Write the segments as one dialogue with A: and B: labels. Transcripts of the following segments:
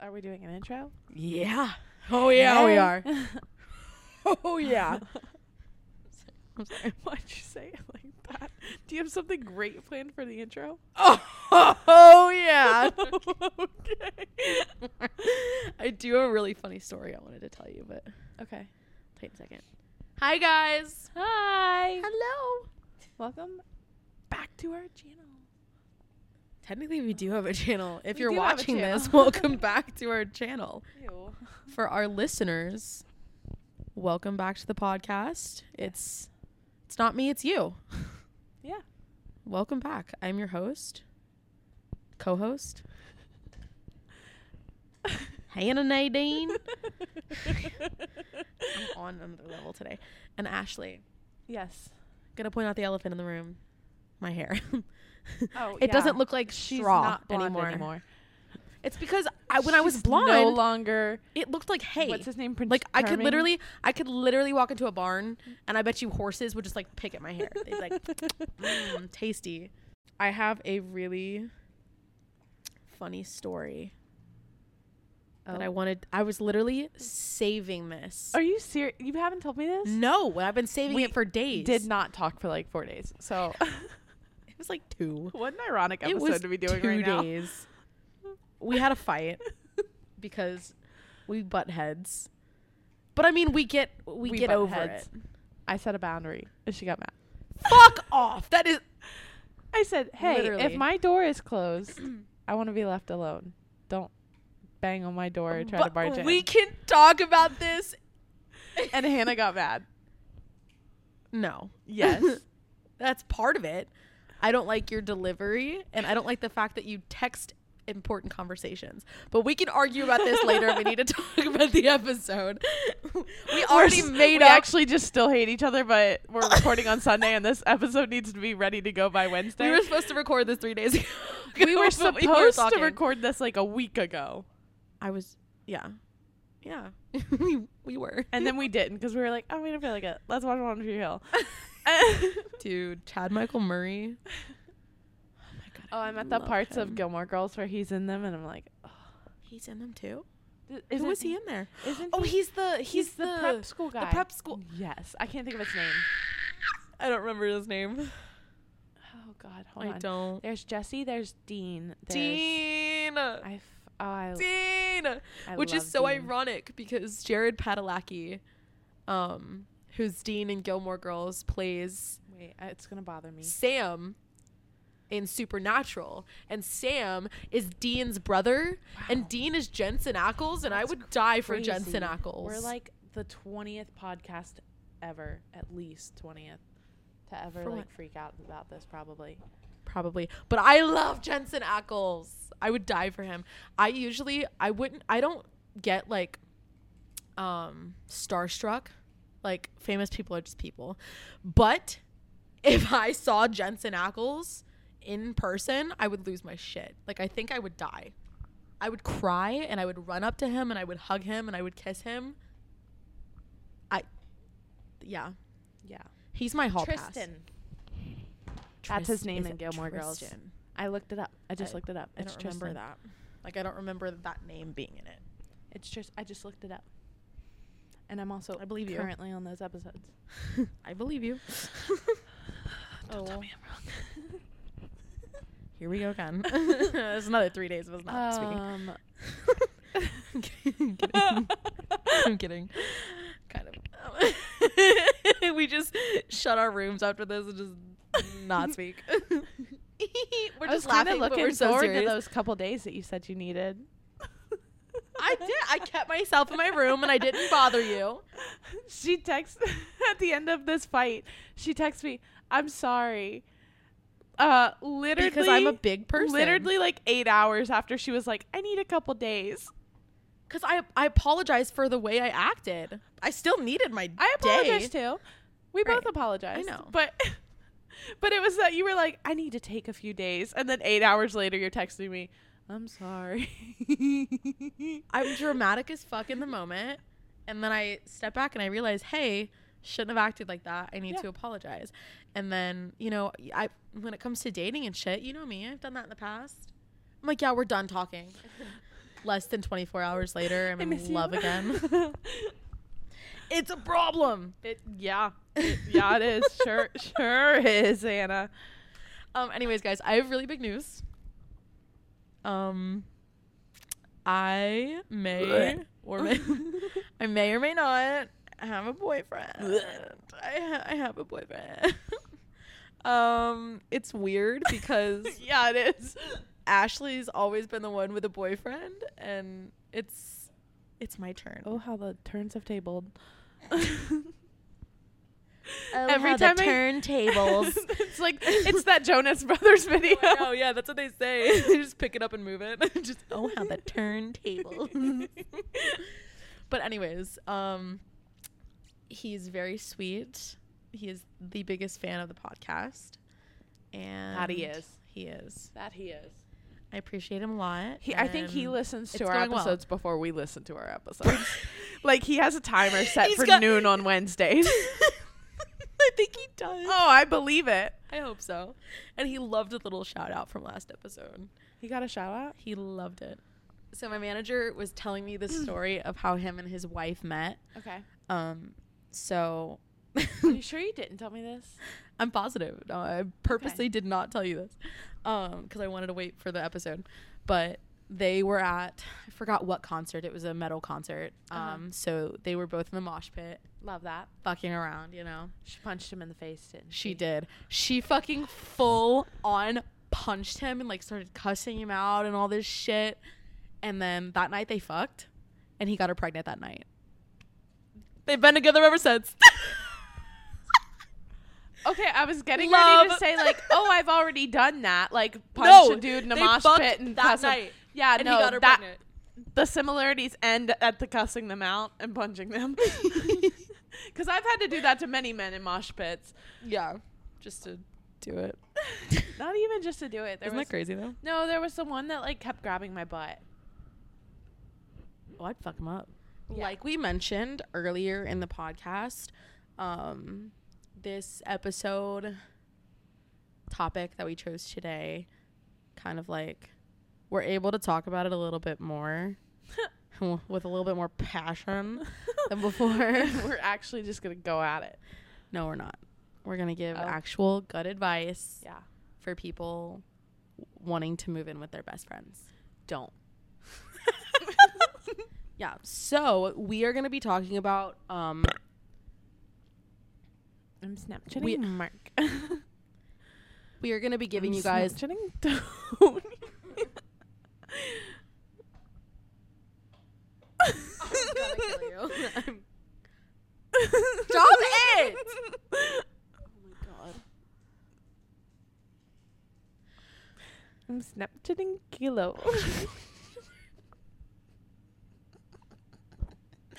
A: Are we doing an intro?
B: Yeah. Oh yeah, we
A: Hey.
B: are. Oh yeah.
A: I'm sorry. Why'd you say it like that? Do you have something great planned for the intro?
B: Oh, yeah.
A: okay.
B: I do have a really funny story I wanted to tell you, but
A: okay.
B: wait a second. Hi guys.
A: Hi.
B: Hello.
A: Welcome back to our channel.
B: Technically, we do have a channel. If
A: We
B: you're
A: do have a
B: watching this,
A: channel.
B: welcome back to our channel.
A: Ew.
B: For our listeners, welcome back to the podcast. It's it's not me, it's you.
A: Yeah.
B: Welcome back. I'm your host, co-host, Hannah Nadine. I'm on another level today. And Ashley,
A: yes.
B: gonna point out the elephant in the room. My hair.
A: Oh,
B: it
A: yeah.
B: doesn't look like
A: She's
B: straw
A: not blonde
B: anymore.
A: anymore.
B: It's because I, when I was
A: She's
B: blonde,
A: no longer.
B: it looked like hay.
A: What's his name? Prince
B: like I could
A: Charming?
B: literally, I could literally walk into a barn, and I bet you horses would just like pick at my hair. They'd be like, mm, tasty. I have a really funny story that I
A: Oh.
B: wanted. I was literally saving this.
A: Are you serious? You haven't told me this?
B: no, I've been saving
A: We
B: it for days.
A: Did not talk for like four days. So,
B: It was like two.
A: what an ironic
B: it
A: episode
B: was
A: to be doing
B: two
A: right now.
B: days. We had a fight because we butt heads. But I mean, we get we, get
A: butt
B: over
A: heads.
B: it.
A: I set a boundary, and she got mad.
B: Fuck off. That is
A: I said, "Hey, if
B: Literally.
A: my door is closed, I want to be left alone. Don't bang on my door or try to
B: but
A: barge in."
B: We can talk about this.
A: and Hannah got mad.
B: No.
A: Yes.
B: That's part of it. I don't like your delivery and I don't like the fact that you text important conversations. But we can argue about this later. we need to talk about the episode. we already
A: We're s-
B: made
A: we
B: up
A: actually just still hate each other, but we're recording on Sunday, and this episode needs to be ready to go by Wednesday.
B: We were supposed to record this three days ago.
A: We were
B: but
A: supposed
B: we were
A: to
B: talking.
A: record this like a week ago,
B: I was, yeah, yeah. we, we were.
A: and then we didn't because we were like, "Oh, we don't feel like it. Let's watch One Tree Hill."
B: Dude, Chad Michael Murray. Oh my god.
A: oh, I'm at the
B: love
A: parts of
B: him.
A: Gilmore Girls where he's in them, and I'm like,
B: He's in them too.
A: "Th-
B: Who
A: isn't
B: was he in there?
A: Isn't
B: Oh,
A: he-
B: he's the he's,
A: he's the prep school
B: the
A: guy.
B: prep school.
A: Yes, I can't think of his name.
B: I don't remember his name.
A: Oh God, hold
B: I
A: on.
B: don't.
A: There's Jesse. There's Dean. There's
B: Dean.
A: I. F- oh, I,
B: Dean.
A: I
B: Which is
A: love
B: so
A: Dean.
B: ironic because Jared Padalecki, um, who's Dean in Gilmore Girls, plays
A: Wait, uh, it's gonna bother me.
B: Sam in Supernatural, and Sam is Dean's brother, and Dean is Jensen Ackles, and I
A: That's
B: would die for
A: Crazy.
B: Jensen Ackles.
A: We're like the twentieth podcast ever, at least twentieth, to ever
B: For
A: like
B: what?
A: freak out about this. Probably.
B: probably, but I love Jensen Ackles. I would die for him. I usually I wouldn't. I don't get like um starstruck. Like famous people are just people, but if I saw Jensen Ackles in person, I would lose my shit. Like I think I would die. I would cry and I would run up to him and I would hug him and I would kiss him. I yeah.
A: Yeah.
B: He's my hall pass.
A: Tristan. That's his name
B: is
A: in Gilmore Girls.
B: Tristan.
A: I looked it up. I just
B: I-
A: looked it up.
B: I
A: It's
B: don't remember
A: Tristan.
B: that. Like I don't remember that name being in it.
A: It's just. I just looked it up. And I'm also
B: I believe you.
A: currently on those episodes.
B: I believe you.
A: Don't tell
B: Oh.
A: me I'm wrong.
B: Here we go again. There's another three days of us not
A: Um,
B: speaking. Uh. I'm kidding. I'm kidding. Kind of. we just shut our rooms after this and just not speak. we're
A: I was
B: just
A: kinda
B: laughing,
A: looking
B: but we're so
A: forward to
B: serious.
A: those couple days that you said you needed.
B: I did. I kept myself in my room and I didn't bother you.
A: She texts at the end of this fight. She texts me, "I'm sorry." Uh, literally,
B: Because I'm a big person.
A: Literally, like eight hours after she was like, "I need a couple days."
B: Because I, I apologize for the way I acted. I still needed my
A: I apologize
B: day.
A: too. We both
B: Right.
A: apologized.
B: I know.
A: but but it was that you were like, "I need to take a few days," and then eight hours later, you're texting me, "I'm sorry."
B: I'm dramatic as fuck in the moment. And then I step back and I realize, hey, shouldn't have acted like that. I need
A: Yeah.
B: to apologize. And then, you know, I when it comes to dating and shit, you know me, I've done that in the past. I'm like, yeah, we're done talking. less than 24 hours later, I'm
A: I miss
B: in
A: you.
B: love again. It's a problem.
A: it, yeah. Yeah, it is. Sure, sure is, Anna.
B: Um. Anyways, guys, I have really big news. Um, I may or may I may or may not have a boyfriend. I ha- I have a boyfriend. um, it's weird because
A: yeah, it is.
B: Ashley's always been the one with a boyfriend, and it's it's my turn.
A: Oh, how the turns have tabled.
B: Every
A: how oh, the
B: time turntables.
A: it's like it's that Jonas Brothers video.
B: oh yeah, that's what they say. they just pick it up and move it. just oh how the turntables. but anyways, um, he's very sweet. He is the biggest fan of the podcast, and
A: That he is.
B: He is.
A: That he is.
B: I appreciate him a lot.
A: He, I think he
B: and-
A: listens to
B: it's
A: our
B: going well.
A: episodes before we listen to our episodes. like he has a timer set
B: He's
A: for
B: got-
A: noon on Wednesdays.
B: I think he does.
A: oh, I believe it.
B: I hope so. And he loved a little shout out from last episode.
A: He got a shout out.
B: He loved it. So my manager was telling me the story of how him and his wife met.
A: Okay.
B: Um, so
A: Are you sure you didn't tell me this?
B: I'm positive. No, I purposely did not tell you this because I wanted to wait for the episode. But they were at I forgot what concert. It was a metal concert. Um,
A: Uh-huh.
B: so they were both in the mosh pit,
A: Love that.
B: fucking around. You know,
A: She punched him in the face, didn't
B: she did. She fucking full on punched him and like started cussing him out and all this shit. And then that night they fucked, and he got her pregnant that night. They've been together ever since.
A: Okay, I was getting ready to
B: Love.
A: say like, oh, I've already done that. Like punch
B: No,
A: a dude in a
B: they
A: mosh
B: fucked
A: pit and
B: that
A: cuss him.
B: night,
A: Yeah,
B: and
A: no,
B: he got her
A: that
B: pregnant.
A: the similarities end at the cussing them out and punching them. Because I've had to do that to many men in mosh pits.
B: Yeah, just to do it.
A: Not even just to do it. There
B: Isn't
A: was
B: that crazy though?
A: no, there was someone that like kept grabbing my butt.
B: Oh, I'd fuck him up.
A: Yeah.
B: Like we mentioned earlier in the podcast, um, this episode topic that we chose today, kind of like we're able to talk about it a little bit more with a little bit more passion than before.
A: We're actually just gonna go at it.
B: no, we're not. We're gonna give
A: Oh.
B: actual good advice
A: Yeah,
B: for people wanting to move in with their best friends.
A: don't.
B: Yeah. So we are going to be talking about um,
A: I'm Snapchatting
B: We-
A: Mark.
B: we are going to be giving
A: I'm
B: you guys
A: Snapchatting Tony.
B: Stop it!
A: I'm Snapchatting Kilo.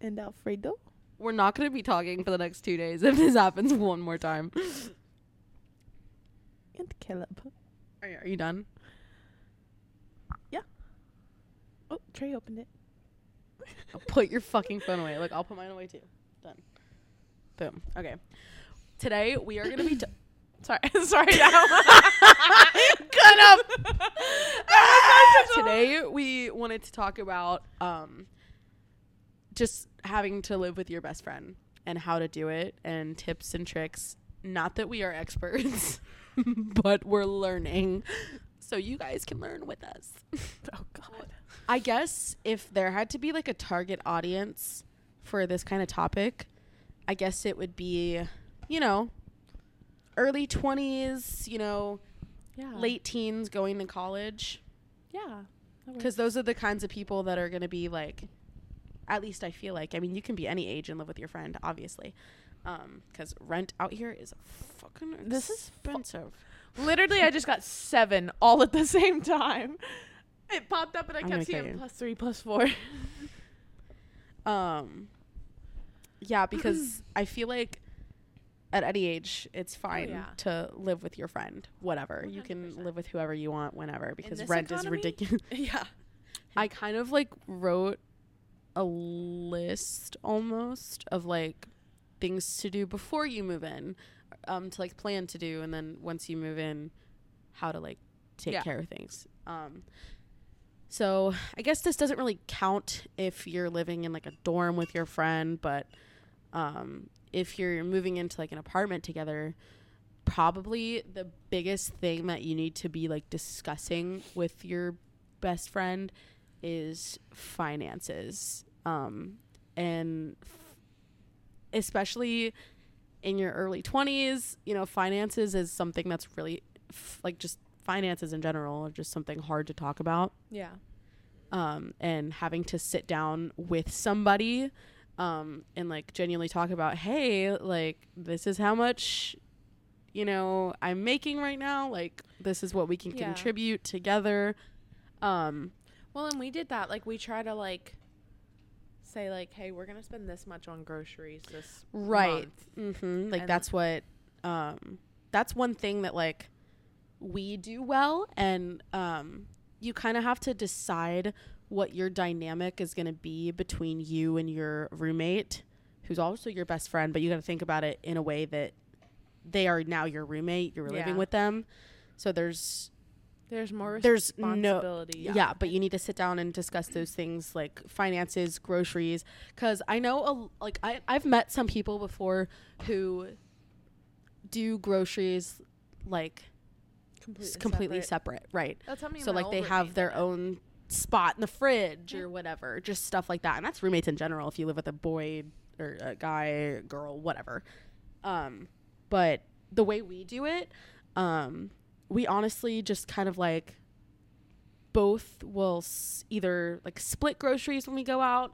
A: and Alfredo.
B: We're not going to be talking for the next two days if this happens one more time.
A: And Caleb.
B: Are you, are you done?
A: Oh, Trey opened it.
B: Put your fucking phone away. Look, I'll put mine away too. Done. Boom. Okay. Today we are going to be. T-
A: Sorry, sorry. Cut up. Ah,
B: Today we wanted to talk about um, just having to live with your best friend and how to do it and tips and tricks. Not that we are experts, but we're learning. So you guys can learn with us.
A: Oh God.
B: I guess if there had to be like a target audience for this kind of topic, I guess it would be, you know, early 20s, you know,
A: Yeah.
B: late teens going to college.
A: Yeah.
B: Because those are the kinds of people that are going to be like, at least I feel like. I mean, you can be any age and live with your friend, obviously. Because rent out here is fucking
A: This is fu-
B: expensive.
A: Literally, I just got seven all at the same time. It popped up and I
B: I'm gonna
A: kept
B: kill
A: seeing
B: you.
A: plus three, plus four.
B: um, yeah, because I feel like at any age, it's fine
A: yeah.
B: to live with your friend, whatever. You can
A: 100%.
B: live with whoever you want, whenever, because
A: this
B: rent is
A: economy?
B: ridiculous.
A: yeah.
B: I kind of like wrote a list almost of like things to do before you move in, um, to like plan to do, and then once you move in, how to like take
A: Yeah.
B: care of things. Um, So I guess this doesn't really count if you're living in like a dorm with your friend, but um, if you're moving into like an apartment together, probably the biggest thing that you need to be like discussing with your best friend is finances. Um, and f- especially in your early 20s, you know, finances is something that's really f- like just finances in general are just something hard to talk about
C: Yeah.
B: um, and having to sit down with somebody um, and like genuinely talk about, hey, like this is how much, you know, I'm making right now. Like this is what we can
A: Yeah.
B: contribute together. Um,
A: Well, and we did that. Like we try to like say like, hey, we're gonna spend this much on groceries this
B: Right.
A: month."
B: hmm Like
A: And-
B: that's what um that's one thing that like we do well and um you kind of have to decide what your dynamic is going to be between you and your roommate who's also your best friend, but you got to think about it in a way that they are now your roommate, you're living
A: Yeah.
B: with them. So there's
A: There's more
B: There's no-
A: responsibility.
B: yeah. but you need to sit down and discuss those things like finances, groceries, because I know a, like I I've met some people before who do groceries like
A: completely,
B: s- completely
A: separate.
B: separate, right?
A: That's how
B: so like they have their own spot in the fridge or whatever, just stuff like that. And that's roommates in general. If you live with a boy or a guy, girl, whatever. Um, but the way we do it, um, we honestly just kind of like both will s- either like split groceries when we go out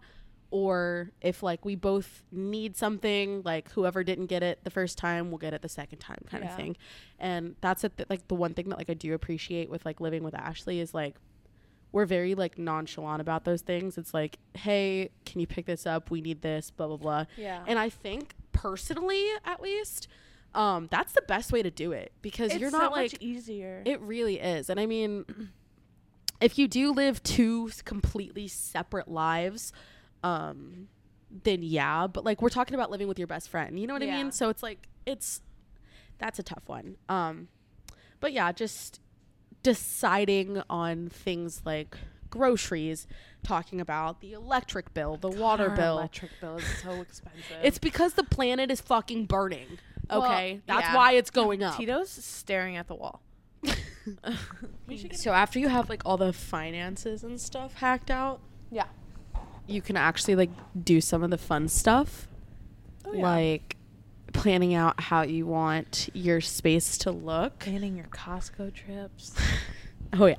B: or if like we both need something like whoever didn't get it the first time will get it the second time kind of
A: Yeah.
B: thing and that's it like the one thing that like i do appreciate with like living with ashley is like we're very like nonchalant about those things it's like hey can you pick this up we need this blah blah blah
A: Yeah.
B: and i think personally at least um that's the best way to do it because you're not like
A: easier.
B: it really is. And I mean, if you do live two s- completely separate lives, um, then yeah. But like, we're talking about living with your best friend. You know what I
A: Yeah.
B: mean? So it's like, it's, that's a tough one. Um, but yeah, just deciding on things like groceries, talking about the electric bill, the water bill.
A: electric bill is so expensive.
B: it's because the planet is fucking burning.
A: Well,
B: Okay. that's
A: yeah.
B: why it's going up.
A: Tito's staring at the wall. we should
B: So after you have like all the finances and stuff hacked out,
A: Yeah.
B: you can actually like do some of the fun stuff,
A: Oh,
B: Oh, like planning out how you want your space to look.
A: planning your Costco trips.
B: Oh yeah.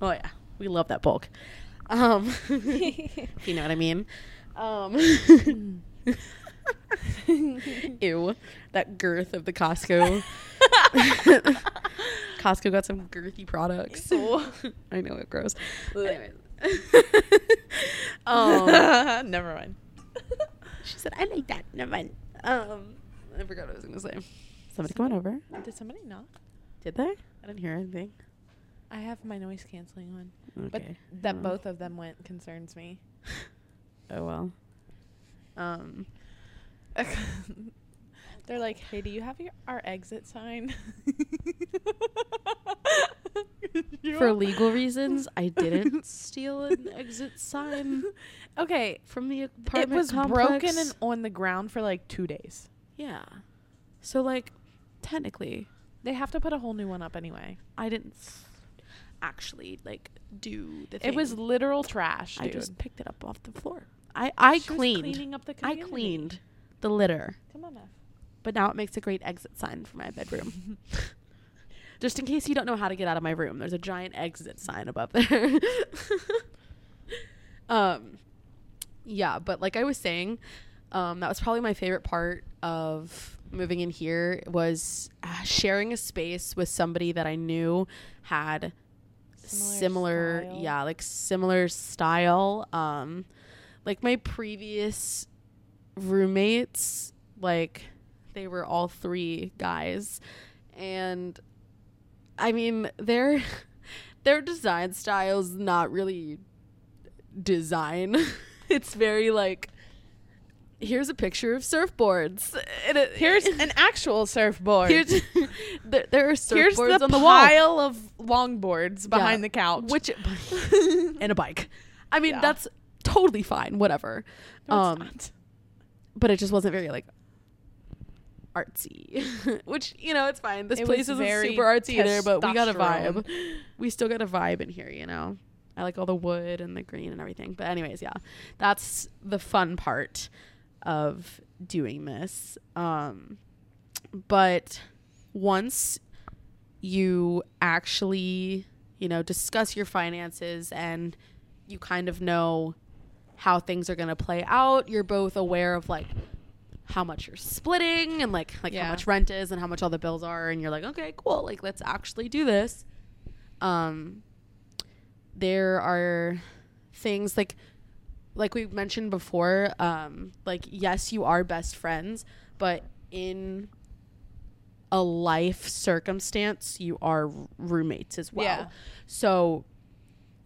B: Oh yeah. We love that bulk. Um if you know what I mean. Um Ew. That girth of the Costco. Costco got some girthy products. I know it gross. Anyways. um
A: Never mind.
B: She said, I like that. Never mind. Um I forgot what I was gonna say. Somebody coming over?
A: Did somebody knock?
B: Did they? I didn't hear anything.
A: I have my noise canceling on, but
B: Okay.
A: that
B: Um,
A: both of them went concerns me.
B: Oh well. Um
A: They're like, "Hey, do you have your our exit sign?" You
B: For
A: are-
B: legal reasons, I didn't steal an exit sign
A: Okay,
B: from the apartment.
A: it was
B: complex.
A: broken and on the ground for like two days.
B: yeah. So like, technically,
A: They have to put a whole new one up anyway.
B: I didn't s- actually like do the. Thing.
A: It was literal trash,
B: I
A: dude.
B: just picked it up off the floor. I I
A: She was
B: cleaned.
A: cleaning up the
B: I
A: community.
B: cleaned the litter,
A: Come on, F.
B: but now it makes a great exit sign for my bedroom. just in case you don't know how to get out of my room, there's a giant exit sign above there. um yeah but like i was saying um that was probably my favorite part of moving in here was uh, sharing a space with somebody that i knew had similar,
A: Similar style.
B: yeah like similar style um like my previous roommates like they were all three guys and i mean their their design style's not really design. it's very like here's a picture of surfboards. And it-
A: Here's an actual surfboard. Here's,
B: here's there, there are surfboards
A: the,
B: on the wall.
A: pile of longboards behind the couch.
B: which and a bike. I mean,
A: Yeah.
B: that's totally fine, whatever.
A: No, it's
B: um,
A: not.
B: But it just wasn't very like artsy, which you know it's fine. This
A: It
B: place
A: was
B: isn't
A: very
B: super artsy either, but we got a
A: testosterone.
B: vibe. We still got a vibe in here, you know. I like all the wood and the green and everything. But anyways, yeah, that's the fun part of doing this. Um, but once you actually you know discuss your finances and you kind of know how things are going to play out you're both aware of like how much you're splitting and like like
C: Yeah.
B: how much rent is and how much all the bills are and you're like okay cool like let's actually do this um there are things like like we mentioned before um like yes you are best friends but in a life circumstance you are r- roommates as well
C: Yeah.
B: so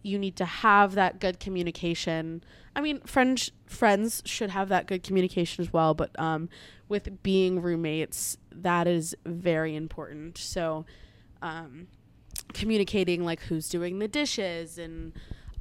B: you need to have that good communication i mean friends friends should have that good communication as well but um with being roommates that is very important so um communicating like who's doing the dishes and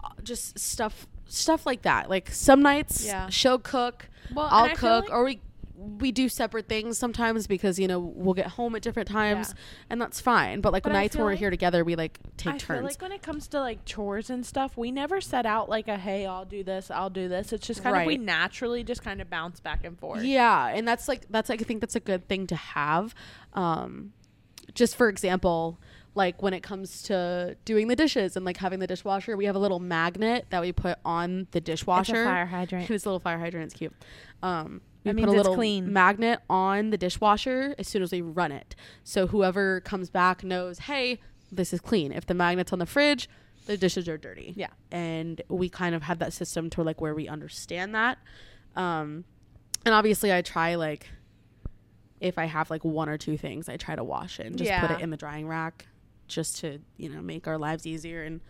B: uh, just stuff stuff like that like some nights
C: Yeah.
B: she'll cook
C: Well, and I
B: i'll
C: feel
B: cook
C: like-
B: or we we do separate things sometimes because you know we'll get home at different times and that's fine but like
A: But I
B: nights when
A: feel
B: we're
A: like-
B: here together we like take
A: I
B: turns
A: feel like when it comes to like chores and stuff, we never set out like a hey, I'll do this, I'll do this. It's just kind of we
B: Right.
A: naturally just kind of bounce back and forth.
B: Yeah, and that's like that's like I think that's a good thing to have. Um, just for example, like when it comes to doing the dishes and like having the dishwasher, we have a little magnet that we put on the dishwasher.
A: fire hydrant.
B: It's a little fire hydrant. It's cute. Um, we
A: That
B: put
A: means
B: a
A: it's
B: little
A: clean.
B: magnet on the dishwasher as soon as we run it, so whoever comes back knows, hey, this is clean. If the magnet's on the fridge, the dishes are dirty
A: Yeah.
B: and we kind of have that system to like where we understand that um and obviously i try like if i have like one or two things i try to wash it and just put
A: Yeah.
B: it in the drying rack just to you know make our lives easier and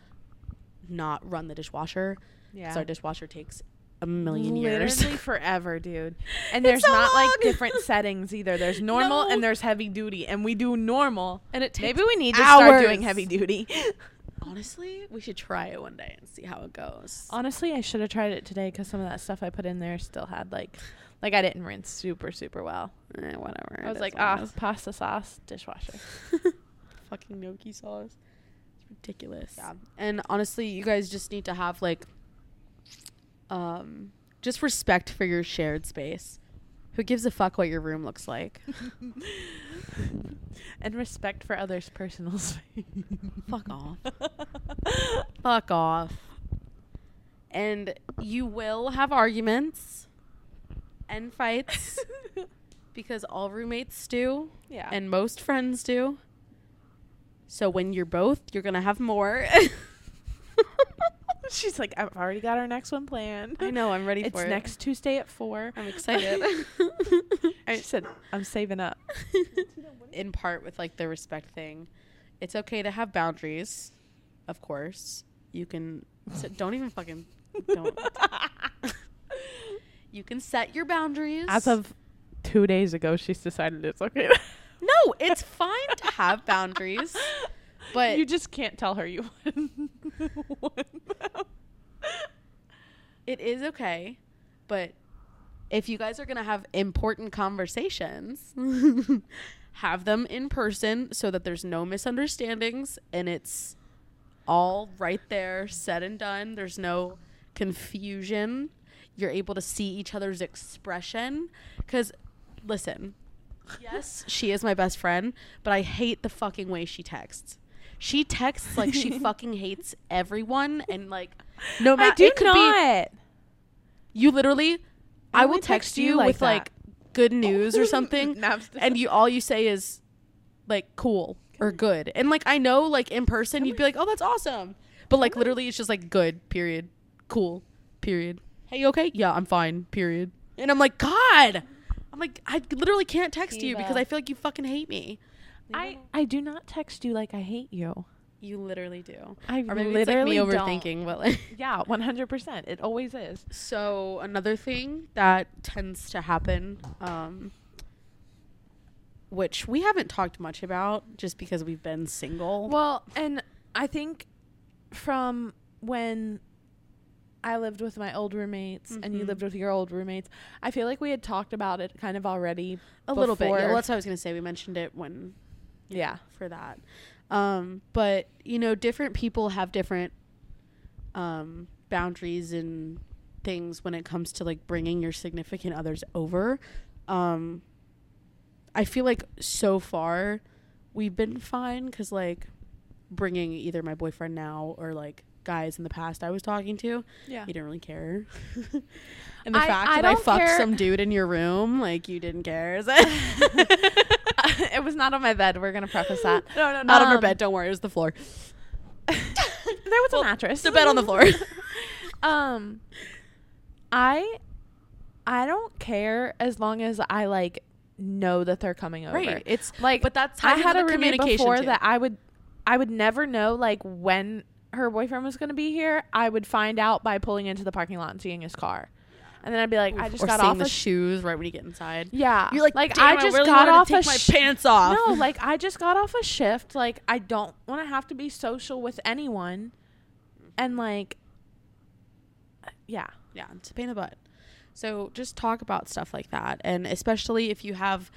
B: not run the dishwasher
A: Yeah.
B: because our dishwasher takes a million years
A: Literally forever, dude. And
B: It's
A: there's
B: so
A: not
B: long.
A: like different settings either. There's normal
B: No.
A: and there's heavy duty, and we do normal.
B: and it takes
A: Maybe we need to
B: hours.
A: start doing heavy duty.
B: honestly we should try it one day and see how it goes
A: Honestly, I should have tried it today because some of that stuff I put in there still had like, like I didn't rinse super super well.
B: Eh, whatever it
A: I was
B: is
A: like,
B: what it
A: ah,
B: is.
A: pasta sauce, dishwasher.
B: fucking gnocchi sauce. It's ridiculous. Yeah. And honestly, you guys just need to have like um just respect for your shared space. Who gives a fuck what your room looks like?
A: and respect for others' personal space.
B: fuck off. Fuck off. And you will have arguments and fights because all roommates do
A: yeah.
B: and most friends do. So when you're both, you're going to have more.
A: she's like, I've already got our next one planned.
B: I know, I'm ready
A: It's
B: for it.
A: next Tuesday at four.
B: I'm excited.
A: I said, I'm saving up.
B: in part with like the respect thing, it's okay to have boundaries, of course. You can so don't even fucking don't. you can set your boundaries.
A: As of two days ago, she's decided it's okay.
B: no, it's fine to have boundaries, but
A: you just can't tell her you want them.
B: it is okay. But if you guys are gonna have important conversations, have them in person so that there's no misunderstandings and it's all right there, said and done. There's no confusion. You're able to see each other's expression. Because, listen, yes, she is my best friend, but I hate the fucking way she texts. She texts like she fucking hates everyone and like no matter
A: I do
B: it could be
A: not.
B: you literally, I, will
A: only
B: text, you, with
A: that.
B: like good news or something,
A: Naps-
B: and you all you say is like cool or good, and like I know like in person you'd be like oh that's awesome, but like literally it's just like good period, cool period. Hey you okay? Yeah I'm fine period. And I'm like God, I'm like I literally can't text you because
C: Diva.
B: I feel like you fucking hate me.
A: I I do not text you like I hate you.
B: You literally do.
A: I
B: Or maybe it's like me overthinking, but like
A: Yeah, one hundred percent. It always is.
B: So another thing that tends to happen, um, which we haven't talked much about, just because we've been single.
A: Well, and I think from when I lived with my old roommates and you
B: Mhm.
A: lived with your old roommates, I feel like we had talked about it kind of already.
B: a little bit. Yeah,
A: before-
B: well, that's what I was gonna say. We mentioned it when
A: Yeah.
B: for that, um, but you know, different people have different um, boundaries and things when it comes to like bringing your significant others over. Um, I feel like so far we've been fine because like bringing either my boyfriend now or like guys in the past I was talking to,
A: Yeah.
B: you didn't really care. and the
A: I-
B: fact
A: I
B: that I
A: don't
B: fucked
A: care.
B: some dude in your room, like you didn't care. Is
A: it was not on my bed. We're gonna preface that.
B: No, no, not on her
A: Um,
B: bed. Don't worry, it was the floor.
A: there was a mattress.
B: The bed on the floor.
A: um, I, I don't care as long as I like know that they're coming over.
B: right. It's
A: Like,
C: But that's
A: I
C: how you
A: had a
C: have the
A: roommate
C: communication
A: before
C: too.
A: that I would, I would never know like when her boyfriend was gonna be here. I would find out by pulling into the parking lot and seeing his car, and then I'd be like, I just
B: or
A: got
B: seeing
A: off
B: the
A: a
B: shoes right when you get inside.
A: yeah.
B: You're like,
A: like
B: "Damn,
A: I
B: I
A: just
B: really
A: got
B: wanted to
A: off
B: take
A: a
B: my
A: sh-
B: pants off."
A: No, like I just got off a shift. Like I don't want to have to be social with anyone, and like, uh, yeah,
B: Yeah, it's a pain in the butt. So just talk about stuff like that, and especially if you have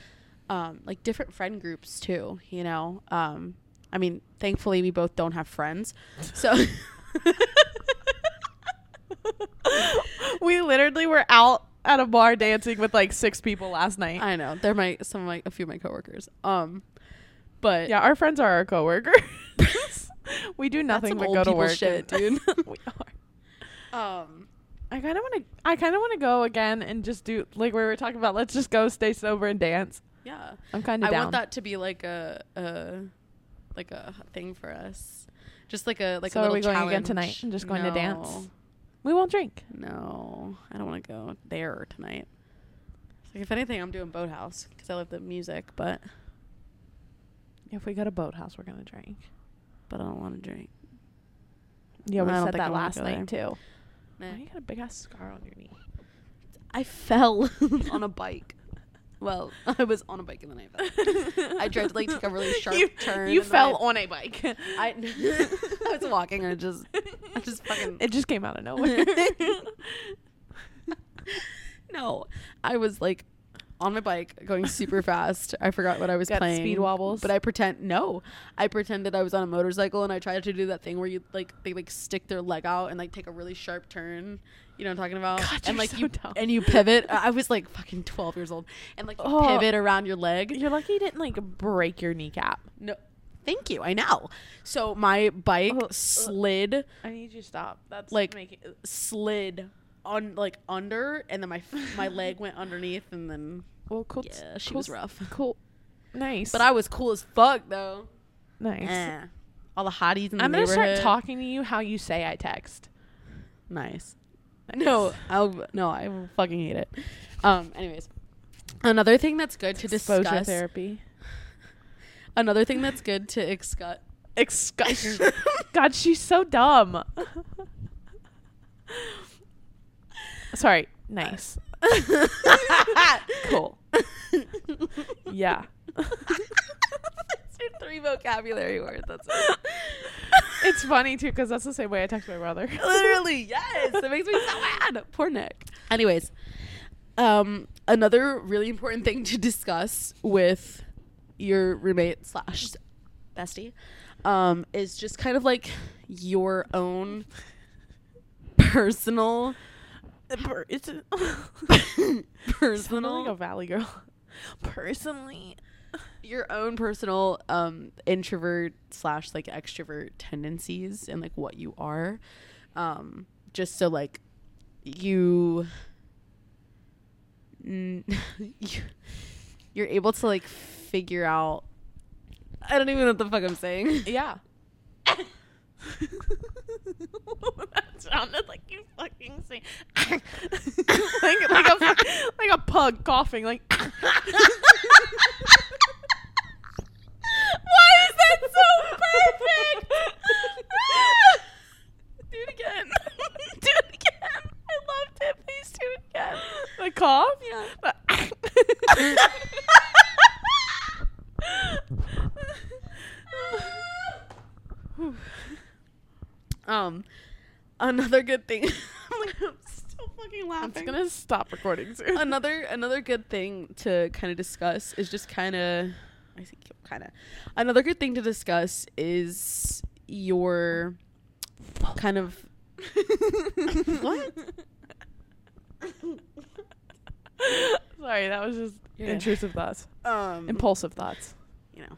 B: um, like different friend groups too. You know, um, I mean, thankfully we both don't have friends, so
A: we literally were out at a bar dancing with like six people last night.
B: I know they're my some of my a few of my coworkers. Um, but
A: yeah, our friends are our coworkers. we do nothing
B: some
A: but
B: old
A: go to
B: people
A: work,
B: shit,
A: and-
B: dude.
A: we are.
B: um,
A: I kind of want to. I kind of want to go again and just do like we were talking about. Let's just go, stay sober, and dance.
B: yeah.
A: I'm kind
B: I
A: of down.
B: want that to be like a, a like a thing for us. Just like a like
A: So
B: a
A: are
B: little
A: we going again
B: challenge.
A: tonight and just going to dance?
B: No.
A: we won't drink.
B: No, I don't want to go there tonight. It's like if anything, I'm doing Boathouse because I love the music, but
A: If we go to Boathouse, we're gonna drink.
B: but I don't want to drink.
A: Yeah,
B: I
A: we
B: don't
A: said
B: think I
A: that
B: wanna
A: last
B: go
A: night too.
B: Nah.
A: Why you got a big ass scar on your knee?
B: I fell on a bike. Well, I was on a bike and then I fell. I tried to like take a really sharp
A: You-
B: turn.
A: You
B: and then
A: fell on a bike.
B: I, I, I was walking and I just I just fucking
A: It just came out of nowhere.
B: no. I was like on my bike going super fast. I forgot what I was
A: Got
B: playing.
A: speed wobbles?
B: But I pretend no. I pretended I was on a motorcycle and I tried to do that thing where you like they like stick their leg out and like take a really sharp turn. You know what I'm talking about?
A: God,
B: and
A: you're
B: like
A: so
B: you
A: dumb.
B: and you pivot. I I was like fucking 12 years old and like you
A: Oh.
B: pivot around your leg.
A: You're lucky you didn't like break your kneecap.
B: No. Thank you. I know. So my bike
A: Oh, ugh.
B: slid
A: I need you to stop. That's
B: Like-
A: making.
B: slid on like under and then my f- my leg went underneath and then
A: Well, cool.
B: yeah, she
A: cool
B: was
A: s-
B: rough.
A: Cool. Nice.
B: But I was cool as fuck though.
A: nice.
B: Eh. All the hotties in the
A: I'm gonna start
B: neighborhood.
A: talking to you how you say I text.
B: Nice. No, I'll no, I will fucking hate it. Um. Anyways, another thing that's good to
A: Exposure
B: discuss.
A: therapy.
B: Another thing that's good to excut.
A: Excuse. God, she's so dumb. Sorry. Nice. Ah, cool. Yeah.
B: That's your three vocabulary words. That's it.
A: It's funny too because that's the same way I text my brother.
B: Literally, yes. It makes me so mad. Poor Nick. Anyways, um, another really important thing to discuss with your roommate slash bestie, um, is just kind of like your own personal,
A: It's like a
B: personal,
A: valley girl. Personally,
B: your own personal um, introvert slash like extrovert tendencies and like what you are, um, just so like you. n- you- you're able to like figure out I don't even know what the fuck I'm saying.
A: yeah. that sounded like you fucking say like like a like a pug coughing like.
B: Why is that so perfect?
A: Like cough?
B: Yeah. Um, another good thing. I'm like, I'm still fucking laughing.
A: I'm just gonna stop recording soon.
B: another another good thing to kind of discuss is just kind of I think kind of another good thing to discuss is your kind of What?
A: Sorry, that was just
B: Yeah.
A: intrusive thoughts,
B: um
A: impulsive thoughts.
B: you know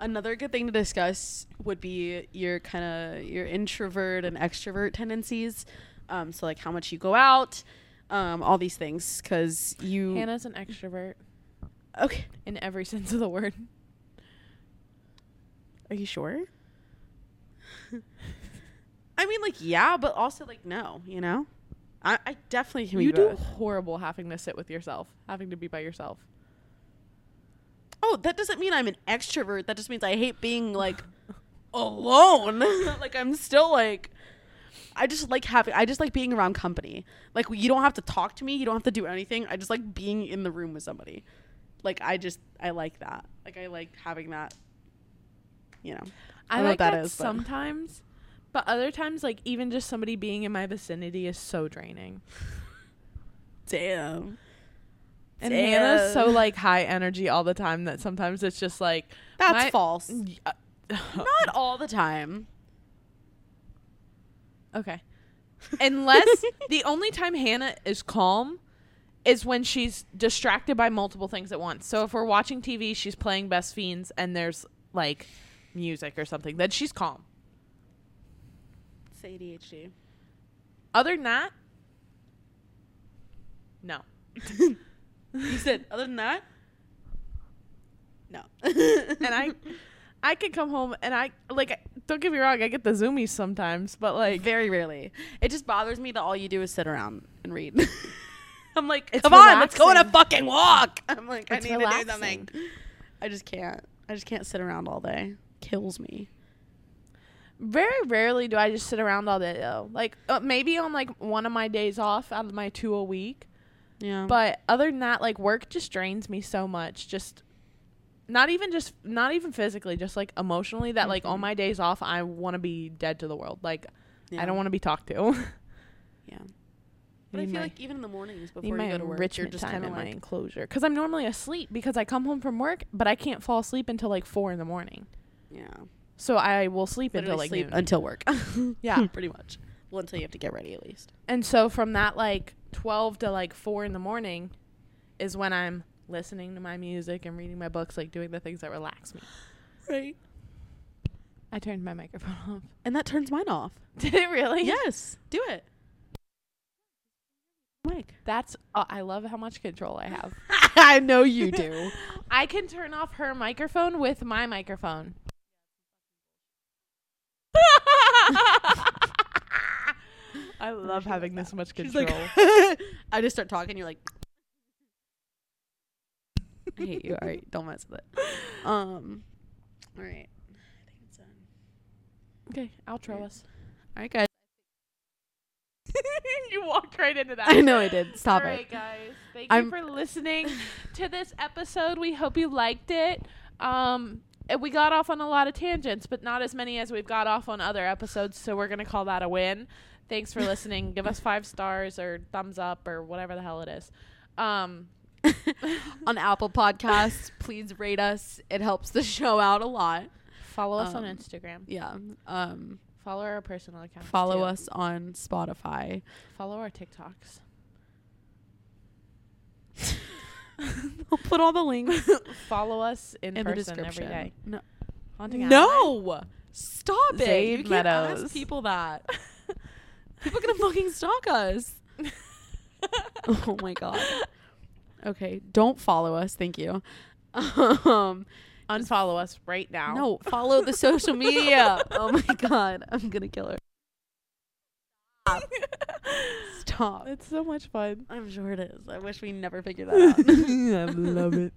B: another good thing to discuss would be your kind of your introvert and extrovert tendencies um so like how much you go out um all these things cuz you
A: Hannah's an extrovert
B: okay
A: in every sense of the word.
B: Are you sure? I mean, like, yeah, but also, like, no, you know? I, I definitely can be
A: You do
B: both.
A: horrible having to sit with yourself, having to be by yourself.
B: Oh, that doesn't mean I'm an extrovert. That just means I hate being, like, alone. like, I'm still, like, I just like having, I just like being around company. Like, you don't have to talk to me. You don't have to do anything. I just like being in the room with somebody. Like, I just, I like that. Like, I like having that, you know.
A: I,
B: don't know
A: like
B: what that
A: that
B: is, but-
A: sometimes, but other times, like even just somebody being in my vicinity is so draining.
B: Damn.
A: And Hannah's so
B: Damn.
A: like high energy all the time that sometimes it's just like uh,
B: That's
A: my-
B: false.
A: not
B: Not all the time.
A: okay. Unless the only time Hannah is calm is when she's distracted by multiple things at once. So if we're watching TV, she's playing Best Fiends and there's like music or something, then she's calm.
B: It's ADHD.
A: Other than that, no.
B: You said other than that? No.
A: and I I could come home and I like don't get me wrong, I get the zoomies sometimes, but like
B: very rarely. It just bothers me that all you do is sit around and read. I'm like,
A: It's
B: come on, let's go on a
A: relaxing.
B: fucking walk. I'm like,
A: It's
B: I need to
A: relaxing.
B: do something. I just can't. I just can't sit around all day. Kills me.
A: very rarely do I just sit around all day though. Like uh, maybe on like one of my days off out of my two a week, Um,
B: Yeah. But
A: but other than that, like work just drains me so much. Just not even just not even physically, just like emotionally. That like
B: Mm-hmm.
A: on my days off, I want to be dead to the world. Like I don't want to be talked to.
B: Yeah. But I
A: Need
B: feel
A: my-
B: like even in the mornings
A: need
B: before
A: my
B: you go to work, you're
A: enrichment
B: just
A: time
B: kind
A: in
B: of
A: my
B: like,
A: enclosure because I'm normally asleep because I come home from work, but I can't fall asleep until like four in the morning.
B: yeah,
A: So I will sleep
B: Literally
A: until like
B: sleep
A: noon.
B: until work.
A: Yeah.
B: pretty much. Well, until you have to get ready at least.
A: and so from that like 12 to like 4 in the morning is when I'm listening to my music and reading my books, like doing the things that relax me.
B: Right.
A: I turned my microphone off.
B: And that turns mine off.
A: Did it really?
B: yes, do it. Mike.
A: That's uh, I love how much control I have.
B: I know you do.
A: I can turn off her microphone with my microphone. I love having this much control.
B: I just start talking, you're like I hate you. All right, don't mess with it. Um All right. I think it's done.
A: okay, outro us.
B: All right, guys.
A: you walked right into that.
B: I know I did. Stop
A: All
B: it.
A: right, guys. Thank
B: I'm-
A: you for listening to this episode. We hope you liked it. Um, and we got off on a lot of tangents, but not as many as we've got off on other episodes. So we're gonna call that a win. Thanks for listening. Give us five stars or thumbs up or whatever the hell it is. Um,
B: on Apple Podcasts, please rate us. It helps the show out a lot.
A: follow us on
B: Um,
A: Instagram.
B: Yeah. Um
A: Follow our personal accounts.
B: follow
A: too.
B: us on Spotify.
A: Follow our TikToks.
B: I'll put all the links
A: Follow us in,
B: in the
A: person
B: description.
A: every day.
B: No.
A: Haunting Ally?
B: No, stop it!
A: Zayd
B: you can't
A: Meadows.
B: ask people that. people are gonna fucking stalk us. oh my god. Okay, don't follow us. Thank you. Um,
A: Unfollow us right now.
B: no, follow the social media. oh my god, I'm gonna kill her. Stop.
A: It's so much fun.
B: I'm sure it is. I wish we never figured that out. I love it.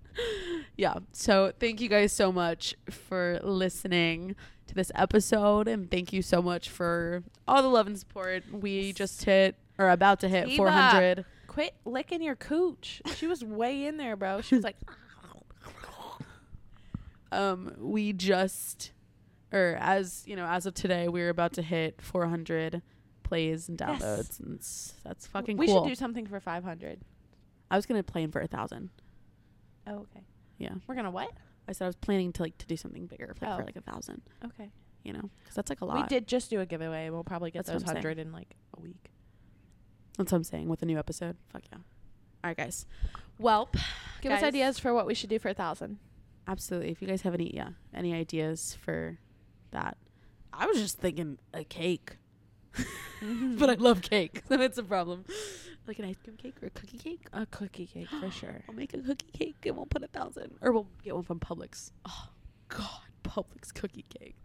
B: Yeah. So thank you guys so much for listening to this episode, and thank you so much for all the love and support. We just hit or about to hit
A: Steva.
B: 400.
A: quit licking your cooch. She was way in there, bro. She was like,
B: um we just or as you know as of today we are about to hit 400 plays and
A: Yes.
B: downloads and s- that's fucking
A: we
B: cool
A: should do something for 500.
B: i was gonna plan for a thousand
A: Oh, okay.
B: yeah
A: We're going to what?
B: i said i was planning to like to do something bigger like for
A: Oh.
B: like a thousand
A: Okay.
B: you know because that's like a
A: We
B: lot
A: did just do a giveaway. We'll probably get
B: That's what
A: those
B: I'm saying.
A: 100 in like a week.
B: that's what i'm saying with a new episode fuck yeah all right guys welp
A: Give us
B: Guys.
A: ideas for what we should do for a 1,000.
B: absolutely if you guys have any yeah any ideas for that i was just thinking a cake but i love cake so it's Mm-hmm. a problem like an ice cream cake or a cookie cake
A: A cookie cake for sure.
B: I'll make a cookie cake and we'll put a thousand, or we'll get one from Publix. Oh God, Publix cookie cake,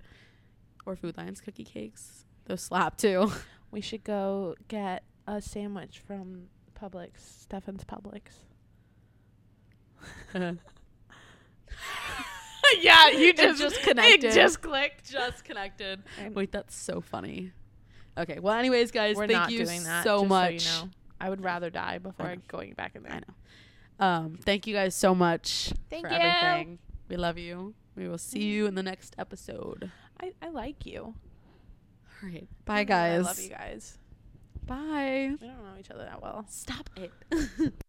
B: or Food Lion's cookie cakes. Those slap too.
A: We should go get a sandwich from Publix, Stefan's Publix.
B: yeah,
A: you
B: just, just connected.
A: It just clicked.
B: just connected.
A: I'm-
B: Wait, that's so funny. Okay, well, anyways, guys,
A: We're
B: thank
A: not
B: you
A: doing that.
B: so
A: just
B: much.
A: So you know. I would rather die before
B: know.
A: going back in there.
B: I know. Um, thank you guys so much
A: Thank
B: for
A: you.
B: everything. We love you. We will see you in the next episode.
A: I, I like you.
B: All right, bye
A: I
B: guys.
A: love you guys.
B: Bye.
A: We don't know each other that well.
B: Stop it.